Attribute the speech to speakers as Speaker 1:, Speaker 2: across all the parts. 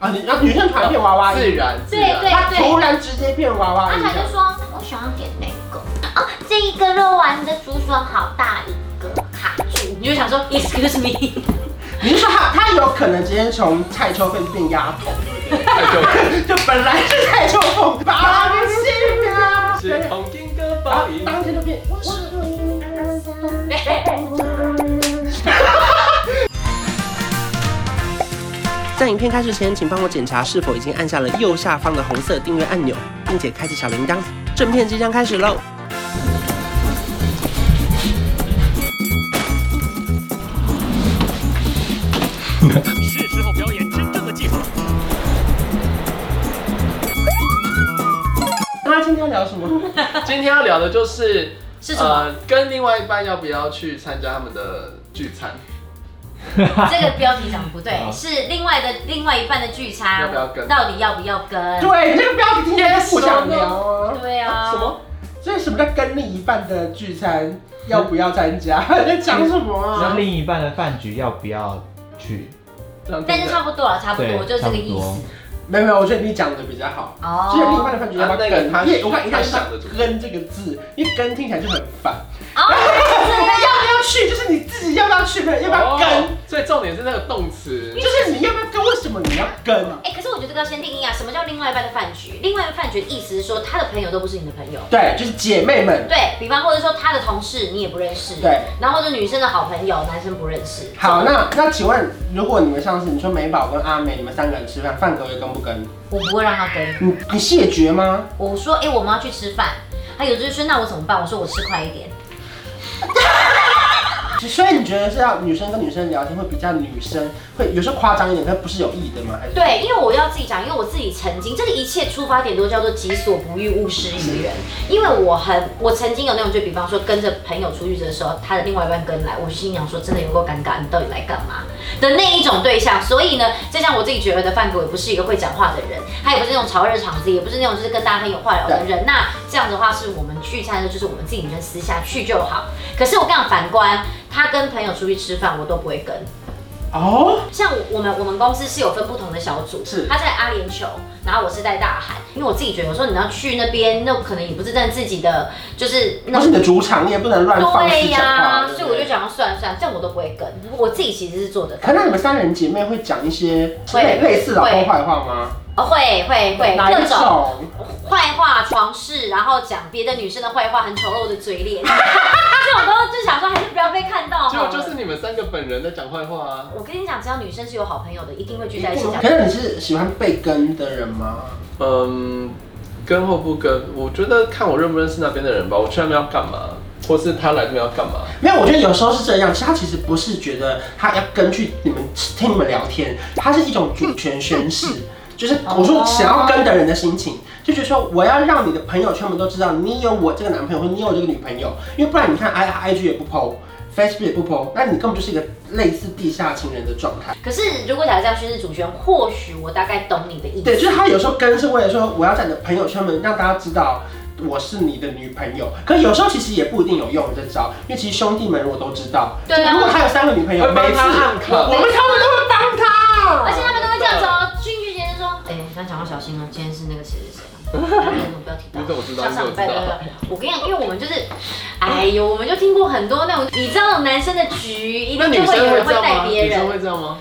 Speaker 1: 啊，你啊，女生团骗娃娃音，
Speaker 2: 自然自然。
Speaker 3: 啊
Speaker 1: 她突然直接变娃娃
Speaker 3: 然
Speaker 1: 音
Speaker 3: 后他啊就
Speaker 1: 的，
Speaker 3: 说我想要点那个
Speaker 4: 啊
Speaker 3: 哦，这一个肉丸的竹笋好大一个，卡住。
Speaker 4: 你就想说 excuse me，
Speaker 1: 你是说她她有可能直接从蔡秋凤变丫头，
Speaker 2: 太久了
Speaker 1: 就本来是蔡秋
Speaker 3: 啊
Speaker 1: 凤，把人性啊，
Speaker 2: 是同金哥
Speaker 1: 然后
Speaker 2: 报应。
Speaker 1: 当天就变。在影片开始前，请帮我检查是否已经按下了右下方的红色订阅按钮，并且开启小铃铛。正片即将开始喽！
Speaker 5: 是时候表演真正的技术了。
Speaker 1: 那今天要聊什么？
Speaker 2: 今天要聊的就是
Speaker 4: 是什么？
Speaker 2: 呃，跟另外一半要不要去参加他们的聚餐？
Speaker 4: 这个标题讲不对
Speaker 2: 啊，
Speaker 4: 是另外的另外一半的聚餐，
Speaker 2: 要不要跟
Speaker 4: 到底要不要跟？
Speaker 1: 对，这个标题今天不想聊啊。
Speaker 4: 对啊，
Speaker 2: 什？么？
Speaker 1: 所以什么叫跟另一半的聚餐要不要参加？ 你在讲什么
Speaker 6: 那
Speaker 1: 啊？
Speaker 6: 另一半的饭局要不要去？
Speaker 2: 这样
Speaker 4: 但
Speaker 2: 听起
Speaker 4: 是差
Speaker 2: 来
Speaker 4: 不多了，差不多，
Speaker 6: 对
Speaker 4: 就是这个意
Speaker 6: 差不
Speaker 4: 思。
Speaker 1: 没有没有，我觉得你讲的比较好。
Speaker 4: 哦
Speaker 1: 就是另一半的饭局要不要
Speaker 2: 啊那个他
Speaker 1: 跟？因为我看一
Speaker 2: 他
Speaker 1: 看
Speaker 2: 想
Speaker 1: 上“
Speaker 2: 的主
Speaker 1: 跟”这个字，因为“跟”听起来就很烦。
Speaker 4: 哦，
Speaker 1: 我们要不要去？就是你自己要不要去，没有要不要跟？
Speaker 2: 哦所以重点是那个动词
Speaker 1: 就。是你要不要跟？为什么你要跟？
Speaker 4: 哎，可是我觉得这个要先定义啊，什么叫另外一半的饭局？另外一半饭局的意思是说，他的朋友都不是你的朋友。
Speaker 1: 对，就是姐妹们。
Speaker 4: 对比方，或者说他的同事你也不认识，
Speaker 1: 对，
Speaker 4: 然后或者女生的好朋友男生不认识，
Speaker 1: 好，那那请问，如果你们上次你说美宝跟阿美你们三个人吃饭，范格也跟不跟？
Speaker 4: 我不会让他跟。
Speaker 1: 你你谢绝吗？
Speaker 4: 我说，哎、我们要去吃饭，他有就是说，那我怎么办？我说我吃快一点，
Speaker 1: 所以你觉得是要女生跟女生聊天会比较女生会有时候夸张一点，但不是有意的吗？还是
Speaker 4: 对，因为我要自己讲，因为我自己曾经，这个一切出发点都叫做己所不欲，勿施于人。因为我很，我曾经有那种，就比方说跟着朋友出去的时候，他的另外一半跟来，我心想说，真的有够尴尬，你到底来干嘛的那一种对象。所以呢，就像我自己觉得范哥也不是一个会讲话的人，他也不是那种炒热场子，也不是那种就是跟大家很有话聊的人。那这样的话，是我们聚餐的，就是我们自己人私下去就好。可是我跟你讲，反观他跟朋友出去吃饭，我都不会跟。
Speaker 1: 哦，
Speaker 4: 像我们我们公司是有分不同的小组，
Speaker 1: 是
Speaker 4: 他在阿联酋，然后我是在大韩，因为我自己觉得，有时候你要去那边，那可能也不是在自己的，就是那
Speaker 1: 那是你的主场，你也不能乱放啊肆
Speaker 4: 对
Speaker 1: 讲话。
Speaker 4: 呀，所以我就想要算了算了，这样我都不会跟，我自己其实是做得
Speaker 1: 可
Speaker 4: 到，
Speaker 1: 能你们三人姐妹会讲一些
Speaker 4: 会
Speaker 1: 类类似老公坏话吗？
Speaker 4: 哦会会会
Speaker 1: 哪
Speaker 4: 各
Speaker 1: 一
Speaker 4: 种
Speaker 1: 种？
Speaker 4: 坏话、床事，然后讲别的女生的坏话，很丑陋的嘴脸， 这种都就想说还是不要被看到好
Speaker 2: 就
Speaker 4: 了。
Speaker 2: 就是你们三个本人在讲坏话啊，
Speaker 4: 我跟你讲，只要女生是有好朋友的，一定会聚在一起讲
Speaker 1: 可。是你是喜欢被跟的人吗？
Speaker 2: 嗯，跟或不跟，我觉得看我认不认识那边的人吧。我去那边要干嘛，或是他来这边要干嘛？
Speaker 1: 没有，我觉得有时候是这样，其实他其实不是觉得他要跟去你们听你们聊天，他是一种主权宣誓，就是我说想要跟的人的心情，就觉得说我要让你的朋友全部都知道你有我这个男朋友或你有我这个女朋友，因为不然你看 I I G 也不 PO。Facebook 也不 PO，那你根本就是一个类似地下情人的状态。
Speaker 4: 可是如果假如这样宣誓主权，或许我大概懂你的意思。
Speaker 1: 对，就是他有时候跟是为了说我要在你的朋友圈们让大家知道我是你的女朋友，可有时候其实也不一定有用这招，因为其实兄弟们如果都知道，
Speaker 4: 对啊
Speaker 1: 如果他有三个女朋友，
Speaker 2: 会帮他
Speaker 1: 每次
Speaker 2: 按卡
Speaker 1: 我们他们都会帮他，
Speaker 4: 而且他们都会这样子哦，进去先生说，哎、你刚讲话小心哦，今天是那个谁谁谁啊，他们不要提到。
Speaker 2: 你怎么知道
Speaker 4: 像上礼拜
Speaker 2: 你怎么知
Speaker 4: 的，我跟你讲，因为我们就是，哎呦，我们就听过很多那种，你知道男生的局，一
Speaker 2: 那
Speaker 4: 定
Speaker 2: 女
Speaker 4: 就
Speaker 2: 生
Speaker 4: 会有
Speaker 2: 会
Speaker 4: 人
Speaker 2: 这
Speaker 4: 会
Speaker 2: 样
Speaker 4: 带
Speaker 2: 吗？
Speaker 4: 别
Speaker 2: 女生
Speaker 4: 人。
Speaker 2: 会这样吗？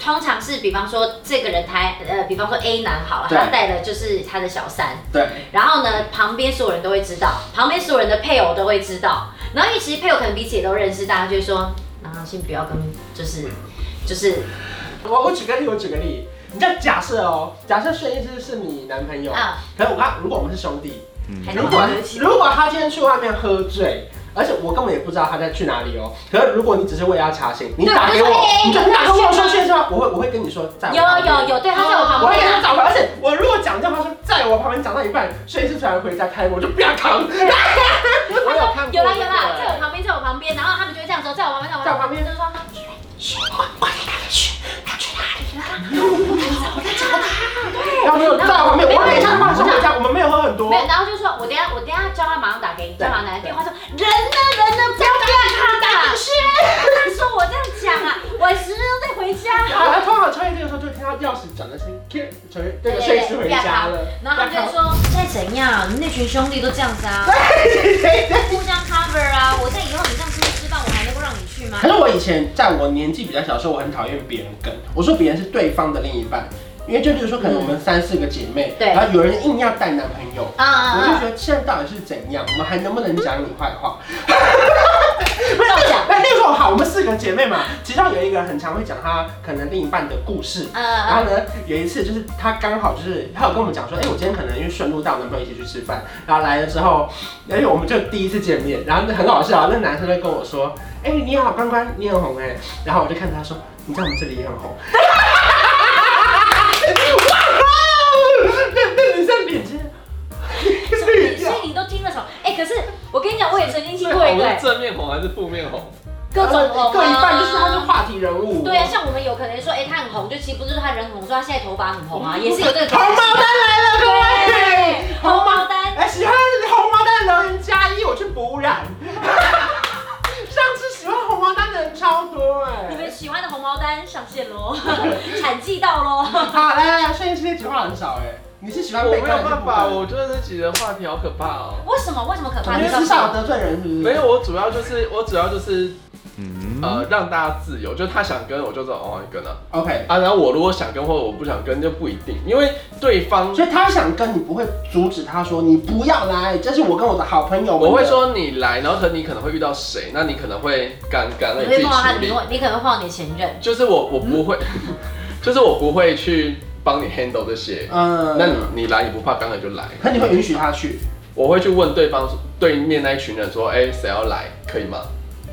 Speaker 4: 通常是，比方说这个人他，呃，比方说 A 男好了，
Speaker 1: 对
Speaker 4: 他带的就是他的小三，
Speaker 1: 对，
Speaker 4: 然后呢，旁边所有人都会知道，旁边所有人的配偶都会知道。然后因为其实配偶可能彼此也都认识，大家就会说，啊，先不要跟，就是，就是
Speaker 1: 我我举个例，我举个例，你这样假设哦，假设孙一之是你男朋友，
Speaker 4: 啊，
Speaker 1: 可是我看如果我们是兄弟，
Speaker 4: 还
Speaker 1: 如果
Speaker 4: 对不起
Speaker 1: 如果他今天去外面喝醉。而且我根本也不知道他在去哪里哦。可是如果你只是为了要查询，你
Speaker 4: 对
Speaker 1: 打给我
Speaker 4: 我就说，哎
Speaker 1: 你就
Speaker 4: 你
Speaker 1: 打给
Speaker 4: 有
Speaker 1: 我说
Speaker 4: 发现吗
Speaker 1: 去之后，我会我会跟你说在我
Speaker 4: 有
Speaker 1: 旁边。
Speaker 4: 有有，对，他在我
Speaker 1: 哦我
Speaker 4: 旁
Speaker 1: 会跟
Speaker 4: 边
Speaker 1: 他
Speaker 4: 啊。
Speaker 1: 找回，而且我如果讲这话说在我旁边讲到一半，睡是突然回家开我就不要扛，
Speaker 2: 我有看过。
Speaker 4: 有啦有啦，在我旁边，在我旁边，然后他们就会这样说，在我旁边，在我
Speaker 1: 在我旁
Speaker 4: 旁
Speaker 1: 边
Speaker 4: 边，就是说，
Speaker 1: 然后没有在我旁边，我还没讲话说回家，我们没有喝很多
Speaker 4: 没，有，然后就说我等一下，我等一下叫他马上打给你，
Speaker 1: 对
Speaker 4: 叫马上打电话说，人呢人呢，不要不要打进去，他说我这样讲啊，我十分钟再回家。啊
Speaker 1: 然后通常穿越这个时候就会听到钥匙转的声音，承认那个睡死回家了，
Speaker 4: 然后他们就会说：“现在怎样？你们那群兄弟都这样子啊， 互相 cover 啊！我在以后你这样出去吃饭，我还能够让你去吗
Speaker 1: 可是我以前在我年纪比较小的时候，我很讨厌别人跟我说别人是对方的另一半，因为就比如说可能我们三四个姐妹，
Speaker 4: 对
Speaker 1: 然后有人硬要带男朋友？”，
Speaker 4: 啊啊
Speaker 1: 我就
Speaker 4: 啊！
Speaker 1: 觉得现在到底是怎样，我们还能不能讲你坏话？
Speaker 4: 照讲，
Speaker 1: 哎那那个时候好，我们四个姐妹嘛，其中有一个很常会讲她可能另一半的故事。
Speaker 4: 呃
Speaker 1: 然 后
Speaker 4: 呃，
Speaker 1: 呢，有一次就是她刚好就是她有跟我们讲说，哎、我今天可能因为顺路带我男朋友一起去吃饭，然后来的时候，因为我们就第一次见面，然后那很好笑，那男生就跟我说，哎、你好，关关，你很红哎、然后我就看着他说，你在我们这里也很红。 哎哇 哦那那女生脸真的 绿掉
Speaker 4: 所以你都听了什么？哎，可是我跟你讲，我也曾经听
Speaker 2: 最
Speaker 4: 过一
Speaker 2: 红
Speaker 4: 个
Speaker 2: 是
Speaker 4: 哎
Speaker 2: 正面红还是负面红？
Speaker 4: 各种红啊，
Speaker 1: 各一半就是他的话题人物。
Speaker 4: 对啊，像我们有可能说，哎，他很红，就其实不是他人红，说他现在头发很红啊，也是有这个
Speaker 1: 红毛丹来了，各位
Speaker 4: 对，红毛丹
Speaker 1: 哎，喜欢红毛丹的留言加一，我去补染。上次喜欢红毛丹的人超多
Speaker 4: 你
Speaker 1: 哎。
Speaker 4: 们喜欢的红毛丹上线 喽，产季到喽。
Speaker 1: 好，来来来，瞬间这句话很少哎。你是喜欢
Speaker 2: 我
Speaker 1: 被
Speaker 2: 没
Speaker 1: 干
Speaker 2: 有
Speaker 1: 还是
Speaker 2: 办
Speaker 1: 不
Speaker 2: 法，
Speaker 1: 干
Speaker 2: 我觉得这几人话题好可怕哦。
Speaker 4: 为什么？为什么可怕？
Speaker 1: 你是
Speaker 4: 告诉
Speaker 1: 至少有
Speaker 4: 我。
Speaker 1: 得罪人是不是？
Speaker 2: 没有，我主要就是我主要就是
Speaker 6: 嗯，
Speaker 2: 呃让大家自由，就他想跟我就说哦你跟啊
Speaker 1: ，OK。
Speaker 2: 啊，然后我如果想跟或者我不想跟就不一定，因为对方
Speaker 1: 所以他想跟你，不会阻止他说你不要来，这是我跟我的好朋友。
Speaker 2: 我会，说你来，然后和你可能会遇到谁，那你可能会尴尬，那你
Speaker 4: 你
Speaker 2: 自
Speaker 4: 会
Speaker 2: 己
Speaker 4: 碰到他，
Speaker 2: 处
Speaker 4: 啊你
Speaker 2: 理。
Speaker 4: 会你可能会碰啊到你的前任。
Speaker 2: 就是我我不会， 就是我不会去帮你 handle 这些。
Speaker 1: 嗯
Speaker 2: 那你你来你不怕，刚才就来。
Speaker 1: 可你会允许他去？
Speaker 2: 我会去问对方对面那一群人说，哎、谁要来，可以吗？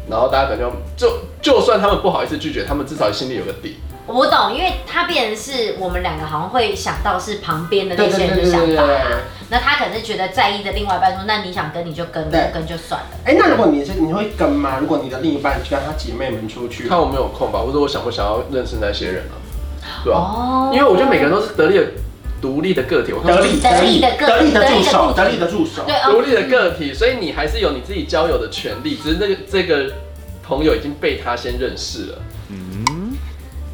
Speaker 2: 然后大家可能就就就算他们不好意思拒绝，他们至少心里有个底。
Speaker 4: 我懂，因为他变成是我们两个好像会想到是旁边的那些人的想法，那他可能是觉得在意的另外一半说，那你想跟你就跟，不
Speaker 1: 对
Speaker 4: 跟就算了。
Speaker 1: 哎，那如果你是你会跟吗？如果你的另一半跟他姐妹们出去，
Speaker 2: 看我没有空吧，或者我想不想要认识那些人啊？对吧、
Speaker 4: 哦
Speaker 2: 因为我觉得每个人都是得力的、独立的个体。我看
Speaker 1: 得力
Speaker 4: 得力的个
Speaker 1: 得力的
Speaker 4: 得力
Speaker 1: 助
Speaker 4: 的
Speaker 1: 手，
Speaker 4: 助
Speaker 1: 得力的助手。
Speaker 4: 对哦
Speaker 2: 独立的个体，所以你还是有你自己交友的权利，只是那个这个朋友已经被他先认识了。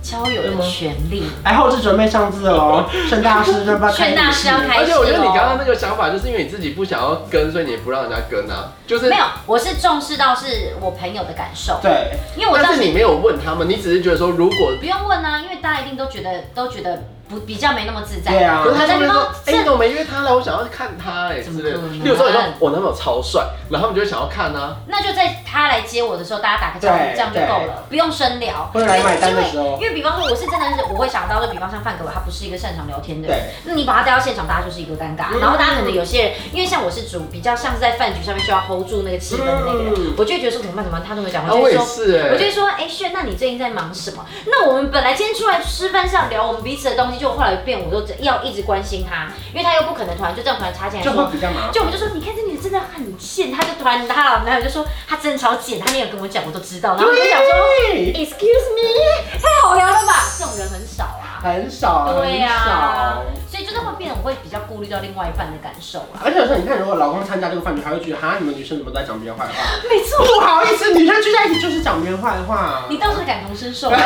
Speaker 4: 交友的权利，
Speaker 1: 哎，后置准备上字哦，盛大师 要不要？
Speaker 4: 炫大师要开
Speaker 2: 而
Speaker 4: 始
Speaker 2: 且我觉得你刚刚
Speaker 4: 哦。
Speaker 2: 那个想法，就是因为你自己不想要跟，所以你也不让人家跟啊，就是
Speaker 4: 没有，我是重视到是我朋友的感受，
Speaker 1: 对，
Speaker 4: 因为我知道
Speaker 2: 但是你没有问他们，你只是觉得说如果。
Speaker 4: 不用问啊，因为大家一定都觉得都觉得不比较没那么自在。
Speaker 1: 对啊
Speaker 2: 可是他就会说
Speaker 4: 但是说：“
Speaker 2: 哎、
Speaker 4: 这
Speaker 2: 你怎么没约他来？我想要看他哎、
Speaker 4: 怎
Speaker 2: 之
Speaker 4: 么
Speaker 2: 类的
Speaker 4: 可。能
Speaker 2: 例如说，你说我男朋友超帅，然后他们就会想要看啊。
Speaker 4: 那就在他来接我的时候，大家打个招呼，
Speaker 1: 对
Speaker 4: 这样就够了，不用深聊。
Speaker 1: 或者来买单的时候
Speaker 4: 因为因为比方说，我是真的是我会想到，就比方像范哥，他不是一个擅长聊天的人
Speaker 1: 对，
Speaker 4: 那你把他带到现场，大家就是一个尴尬。
Speaker 1: 嗯
Speaker 4: 然后大家可能有些人，因为像我是主，比较像是在饭局上面需要 hold 住那个气氛的那个
Speaker 1: 嗯，
Speaker 4: 人
Speaker 1: 哦
Speaker 4: 我就会觉得说怎么办怎么办，他都没讲话，
Speaker 2: 啊，
Speaker 4: 就
Speaker 2: 我
Speaker 4: 会
Speaker 2: 也
Speaker 4: 说。
Speaker 2: 是
Speaker 1: 欸
Speaker 2: 哎、
Speaker 4: 我就会说，哎、炫，那你最近在忙什么？那我们本来今天出来吃饭是要聊我们彼此的东西，就后来变我都要一直关心他，因为他又不可能突然就这样突然插进来
Speaker 1: 就
Speaker 4: 说，
Speaker 1: 会比较麻烦。
Speaker 4: 就我们就说，你看这女的真的很贱，她就突然她老男友就说她真的超贱，她没有跟我讲，我都知道。然后我就想说
Speaker 1: 对，
Speaker 4: ，Excuse me，太好聊了吧？这种人很少啊。
Speaker 1: 很少，
Speaker 4: 对
Speaker 1: 很
Speaker 4: 呀、
Speaker 1: 少。
Speaker 4: 所以就是会变得我会比较顾虑到另外一半的感受啊。
Speaker 1: 而且有时候你看，如果老公参加这个饭局，还会觉得哈，你们女生怎么都在讲别人坏话？
Speaker 4: 没错，
Speaker 1: 不好意思，女生聚在一起就是讲别人坏话。
Speaker 4: 你倒是感同身受。啊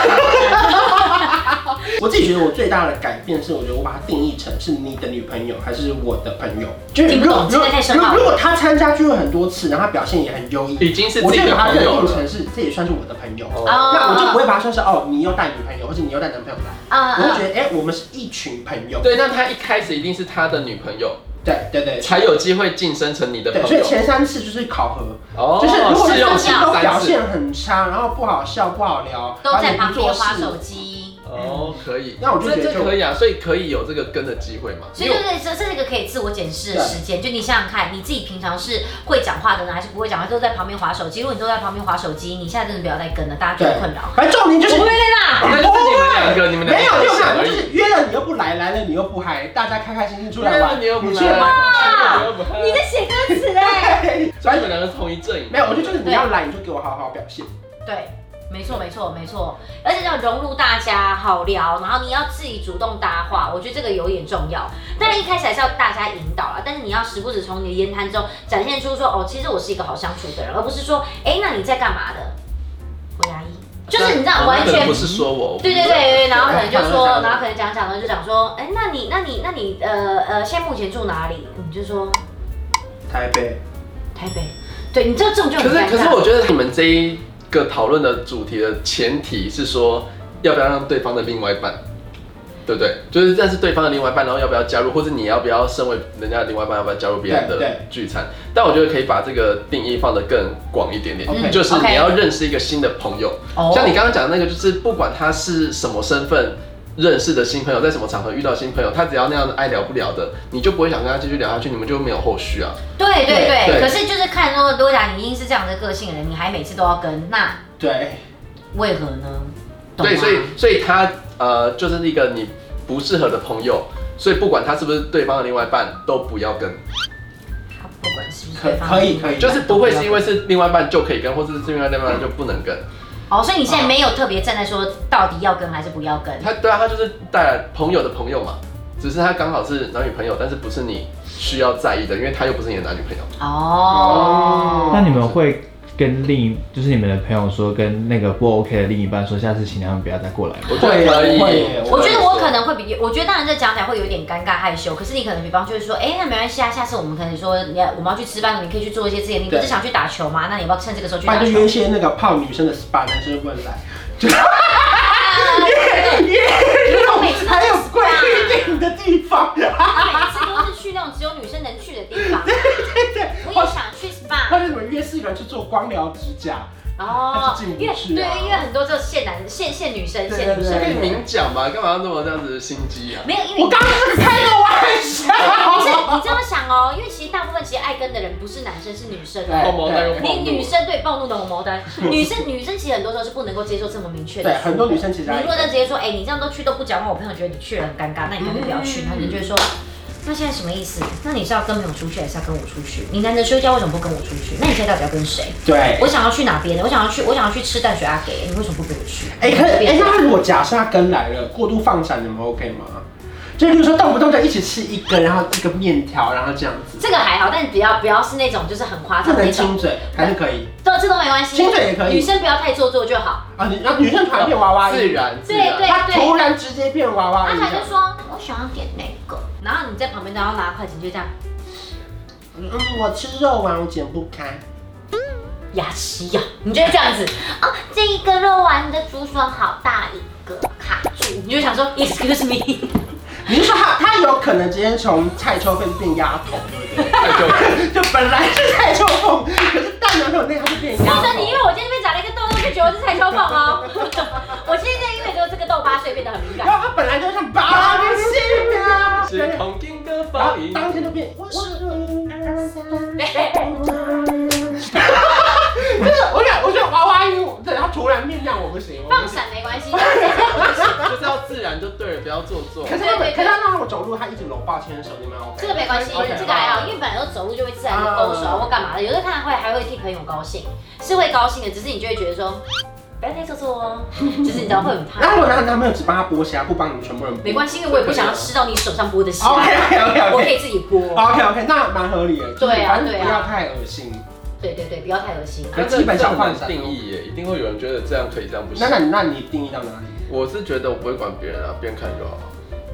Speaker 1: 我自己觉得我最大的改变是，我觉得我把它定义成是你的女朋友还是我的朋友。就是
Speaker 4: 听
Speaker 1: 如
Speaker 4: 不
Speaker 1: 果
Speaker 4: 懂
Speaker 1: 如
Speaker 4: 现
Speaker 1: 果
Speaker 4: 在太深
Speaker 1: 如
Speaker 4: 奥
Speaker 1: 果
Speaker 4: 了
Speaker 1: 如果她参加聚会很多次，然后她表现也很优异，
Speaker 2: 已经是自
Speaker 1: 我就
Speaker 2: 己的
Speaker 1: 把她
Speaker 2: 朋
Speaker 1: 认
Speaker 2: 友
Speaker 1: 定
Speaker 2: 了。
Speaker 1: 成是这也算是我的朋友。
Speaker 2: 哦
Speaker 4: 啊
Speaker 1: 那我就不会把它说是哦，你又带女朋友，或者你又带男朋友来。
Speaker 4: 啊
Speaker 1: 我会觉得，哎、我们是一群朋友，
Speaker 2: 对，那他一开始一定是他的女朋友，
Speaker 1: 对对对，
Speaker 2: 才有机会晋升成你的
Speaker 1: 对，
Speaker 2: 朋
Speaker 1: 所以
Speaker 2: 友。
Speaker 1: 前三次就是考核，
Speaker 2: 哦
Speaker 1: 就是如果
Speaker 2: 试用
Speaker 1: 三
Speaker 2: 期
Speaker 1: 次都表
Speaker 2: 三次
Speaker 1: 现很差，然后不好笑、不好聊，
Speaker 4: 都在
Speaker 1: 然后
Speaker 4: 旁
Speaker 1: 你不做
Speaker 4: 边划
Speaker 1: 事
Speaker 4: 手机，
Speaker 2: 哦，可以，
Speaker 1: 那我就觉得
Speaker 2: 这
Speaker 1: 就
Speaker 2: 这可以啊，所以可以有这个跟的机会嘛。
Speaker 4: 所以就是这这是一个可以自我检视的时间。就你想想看，你自己平常是会讲话的呢，还是不会讲话？都在旁边划手机。如果你都在旁边划手机，你现在真的不要再跟了，大家就
Speaker 1: 对
Speaker 4: 会困扰。，
Speaker 1: 反正重点就是
Speaker 4: 我不会累啦。
Speaker 2: 啊那就是你们两个，你们两
Speaker 1: 没有，
Speaker 2: 个
Speaker 1: 就是
Speaker 2: 想
Speaker 1: 我
Speaker 2: 而
Speaker 1: 就
Speaker 2: 已。啊
Speaker 1: 是约了你又不来，来了你又不嗨，大家开开心心出来玩，
Speaker 2: 你又不
Speaker 1: 去
Speaker 2: 来，
Speaker 1: 玩，
Speaker 2: 哇，你
Speaker 4: 在写歌词哎、
Speaker 2: 所以你们两个是同一阵营。
Speaker 1: 没有，我就觉得你要来你就给我好好表现，
Speaker 4: 对，没错，没错，没错，而且要融入大家，好聊，然后你要自己主动搭话，我觉得这个有点重要。当然一开始还是要大家引导啦，但是你要时不时从你的言谈中展现出说，哦，其实我是一个好相处的人，而不是说，哎，那你在干嘛的？我牙医。就是你知道
Speaker 2: 哦
Speaker 4: 完
Speaker 2: 那可能
Speaker 4: 全
Speaker 2: 不是说我，
Speaker 4: 对对对对，然后可能就说，
Speaker 1: 哎
Speaker 4: 然后可能讲讲了就讲说，哎，那你那你那你呃呃，现在目前住哪里？你就说
Speaker 1: 台北。
Speaker 4: 台北。对，你知道这种就
Speaker 2: 可
Speaker 4: 很
Speaker 2: 是
Speaker 4: 尴
Speaker 2: 可是
Speaker 4: 尬。
Speaker 2: 我觉得你们这一个讨论的主题的前提是说，要不要让对方的另外一半，对不对？就是但是对方的另外一半，然后要不要加入，或者你要不要身为人家的另外一半，要不要加入别人
Speaker 1: 对
Speaker 2: 的
Speaker 1: 对
Speaker 2: 聚餐？但我觉得可以把这个定义放得更广一点点
Speaker 1: OK
Speaker 2: 就是
Speaker 4: OK
Speaker 2: 你要认识一个新的朋友。
Speaker 4: 哦
Speaker 2: 像你刚刚讲的那个，就是不管他是什么身份。认识的新朋友，在什么场合遇到新朋友，他只要那样的爱聊不聊的，你就不会想跟他继续聊下去，你们就没有后续啊。
Speaker 4: 对对
Speaker 2: 对
Speaker 4: 对，可是就是看说，如果讲你已经是这样的个性的人，你还每次都要跟，那
Speaker 1: 对，
Speaker 4: 为何呢？懂吗
Speaker 2: 对，所以所以他呃，就是一个你不适合的朋友，所以不管他是不是对方的另外一半，都不要跟，
Speaker 4: 他不管是不是
Speaker 1: 可
Speaker 4: 对方
Speaker 1: 可以可以，
Speaker 2: 就是不会是因为是另外一半就可以跟，或者是另外另外一半就不能跟。
Speaker 4: 哦，所以你现在没有特别站在说到底要跟还是不要跟，
Speaker 2: 他对啊，他就是带来朋友的朋友嘛，只是他刚好是男女朋友，但是不是你需要在意的，因为他又不是你的男女朋友。
Speaker 4: 哦，
Speaker 6: 那你们会跟另一，就是你们的朋友说，跟那个不 OK 的另一半说，下次请他们不要再过来吗。
Speaker 2: 我觉
Speaker 1: 会
Speaker 2: 得可以，
Speaker 1: 会
Speaker 4: 啊我觉得我可
Speaker 2: 能
Speaker 4: 能会比，我觉得当然这讲起来会有点尴尬害羞，可是你可能比方就是说，哎、那没关系啊，下次我们可能说，你要我们要去吃饭，你可以去做一些自己的，你不
Speaker 1: 对
Speaker 4: 是想去打球吗？那你要不要趁这个时候去
Speaker 1: 不然
Speaker 4: 打
Speaker 1: 就
Speaker 4: 球
Speaker 1: 约？些那个胖女生的 SPA 男生会 来，
Speaker 4: 我每次都
Speaker 1: 还有
Speaker 4: 是
Speaker 1: 规定的地方，
Speaker 4: 每次都是去那种只有女生能去的地方。我也想去 SPA。
Speaker 1: 那就你们约四个人去做光疗指甲，
Speaker 4: 哦
Speaker 1: 还是进，不
Speaker 4: 因为
Speaker 1: 去
Speaker 4: 对
Speaker 1: 啊，
Speaker 4: 因为很多就是现男、现现女生、
Speaker 1: 对
Speaker 4: 现
Speaker 1: 对
Speaker 4: 女
Speaker 2: 可
Speaker 1: 对
Speaker 2: 以
Speaker 4: 生，
Speaker 2: 明讲嘛，干嘛要那么这样子的心机啊？
Speaker 4: 没有，因为
Speaker 1: 我刚刚是开个玩笑，
Speaker 4: 不是你这样想哦，因为其实大部分其实爱跟的人不是男生是女生
Speaker 1: 对
Speaker 4: 哦。
Speaker 2: 爆毛蛋又暴
Speaker 4: 你
Speaker 2: 怒啊
Speaker 4: 女生对暴怒的红毛丹，女生女生其实很多时候是不能够接受这么明确的
Speaker 1: 对，
Speaker 4: 说法。
Speaker 1: 很多女生其实
Speaker 4: 你
Speaker 1: 还
Speaker 4: 如果再直接说，哎、你这样都去都不讲话，我朋友觉得你去了很尴尬，那你干脆不要去。那你就会说，那现在什么意思？那你是要跟朋友出去，还是要跟我出去？你难得休假，为什么不跟我出去？那你现在到底要跟谁？
Speaker 1: 对。
Speaker 4: 我想要去哪边？我想要去，我想要去吃淡水阿给，你为什么不跟我去？
Speaker 1: 哎，可哎，那他如果假设他跟来了，过度放闪，你们 OK 吗？就比如说动不动就一起吃一根，然后一个面条，然后这样子，
Speaker 4: 这个还好，但不要不要是那种就是很夸
Speaker 1: 不
Speaker 4: 张的
Speaker 1: 能
Speaker 4: 那种，
Speaker 1: 亲嘴还是可以
Speaker 4: 都这都没关系，
Speaker 1: 亲嘴也可以
Speaker 4: 女生不要太做作就好。
Speaker 1: 啊？女然后女生突然变娃娃
Speaker 2: 自
Speaker 1: 音，
Speaker 2: 然自
Speaker 4: 对
Speaker 2: 然。
Speaker 4: 对
Speaker 1: 她
Speaker 4: 对，
Speaker 1: 突然直接变娃娃
Speaker 4: 阿
Speaker 1: 音，
Speaker 4: 凯就说，
Speaker 3: 我想要点那个，
Speaker 4: 然后你在旁边然后拿筷子你就这样
Speaker 1: 嗯，我吃肉丸我剪不开，
Speaker 4: 牙齿 咬，你就会这样子，
Speaker 3: 哦，这一个肉丸的竹笋好大一个，卡住。
Speaker 4: 你就想说 excuse me，
Speaker 1: 你是说他他有可能直接从蔡秋凤变丫头，对不
Speaker 2: 太久
Speaker 1: 对？ 就本来是蔡秋凤，可是到男朋友那他就变
Speaker 4: 或
Speaker 1: 丫
Speaker 4: 者你因
Speaker 1: 头。
Speaker 4: 为我今天这边长了一个痘痘就觉得我是蔡秋凤哦， 我现在因为就这个痘疤所以变得很敏
Speaker 1: 然
Speaker 4: 感。
Speaker 1: 后他本来就像八零性啊，
Speaker 2: 是
Speaker 1: 然
Speaker 2: 同金哥
Speaker 1: 后
Speaker 2: 发音。
Speaker 1: 当天就变，我是我想我想娃娃音，对，他突然变这样我不行，我不行
Speaker 4: 放。闪没关 系，
Speaker 2: 就是要自然就对了，不要做作。
Speaker 1: 可是他们，可是他让我走路，他一直搂抱牵手，你们 OK？
Speaker 4: 这个没关系，
Speaker 1: OK
Speaker 4: 这个啊还好，因为本来都走路就会自然的勾手啊或干嘛的，有时候看会还会替朋友高兴，是会高兴的，只是你就会觉得说不要太做作 哦，就是你知道会很
Speaker 1: 然
Speaker 4: 怕。
Speaker 1: 后我男男朋友只帮他剥虾，不帮你们全部人剥。
Speaker 4: 没关系，因为我也不想要吃到你手上剥的虾，
Speaker 1: OK OK OK
Speaker 4: 我可
Speaker 1: OK
Speaker 4: 以自己剥。
Speaker 1: OK OK，那蛮合理的。就是
Speaker 4: 对啊
Speaker 1: 反正
Speaker 4: 对啊
Speaker 1: 不要太恶心。
Speaker 4: 对对对，不要太恶心。
Speaker 1: 可基本上换
Speaker 2: 这样的定义耶，一定会有人觉得这样可以，这样不行
Speaker 1: 那。那你那你定义到哪里？
Speaker 2: 我是觉得我不会管别人啊，边看就好了。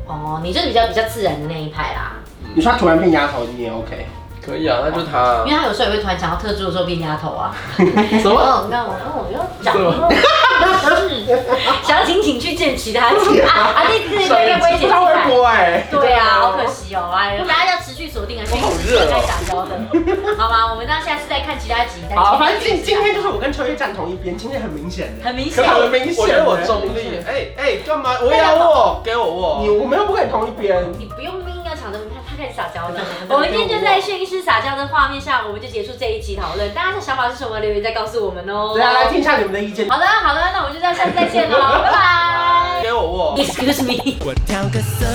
Speaker 4: 哦，你就是比较比较自然的那一派啦，
Speaker 1: 你说他突然变丫头，你也 OK？
Speaker 2: 可以啊，那就他啊
Speaker 4: 因为。他有时候也会突然想要特助的时候变丫头啊。
Speaker 2: 什么？
Speaker 4: 哦，那我那我要讲了， 是想请请去见其他 集啊啊，那那那那不会剪出来。
Speaker 1: 播哎。
Speaker 4: 对啊，好可惜哦，哎，大家要持续锁定啊，
Speaker 2: 我好
Speaker 4: 讯息
Speaker 2: 热哦
Speaker 4: 在打 交的，好吗？我们那下次再看其他集。再
Speaker 1: 好，
Speaker 4: 继续
Speaker 1: 反正今今天就是我跟秋叶站同一边，今天很明显的。
Speaker 4: 很明
Speaker 2: 可
Speaker 4: 显
Speaker 2: 是，我
Speaker 1: 啊很明显
Speaker 2: 我觉得我中立。哎哎，干嘛？我要握，给我
Speaker 1: 你
Speaker 2: 握。
Speaker 1: 我们又不跟你同一边，
Speaker 4: 你不用硬要抢着，你看他开始撒娇 了。我们今天就在摄影师撒娇的画面下，我们就结束这一集讨论。大家的想法是什么？留言再告诉我们哦。
Speaker 1: 对啊，来听一下你们的意见。
Speaker 4: 好的，好的，那我们就这样，下次再见喽，拜拜。
Speaker 2: 给我握。
Speaker 4: Excuse me。
Speaker 7: 我调个色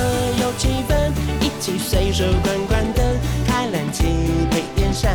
Speaker 7: 有气氛，一起随手关关灯，开冷气配电扇，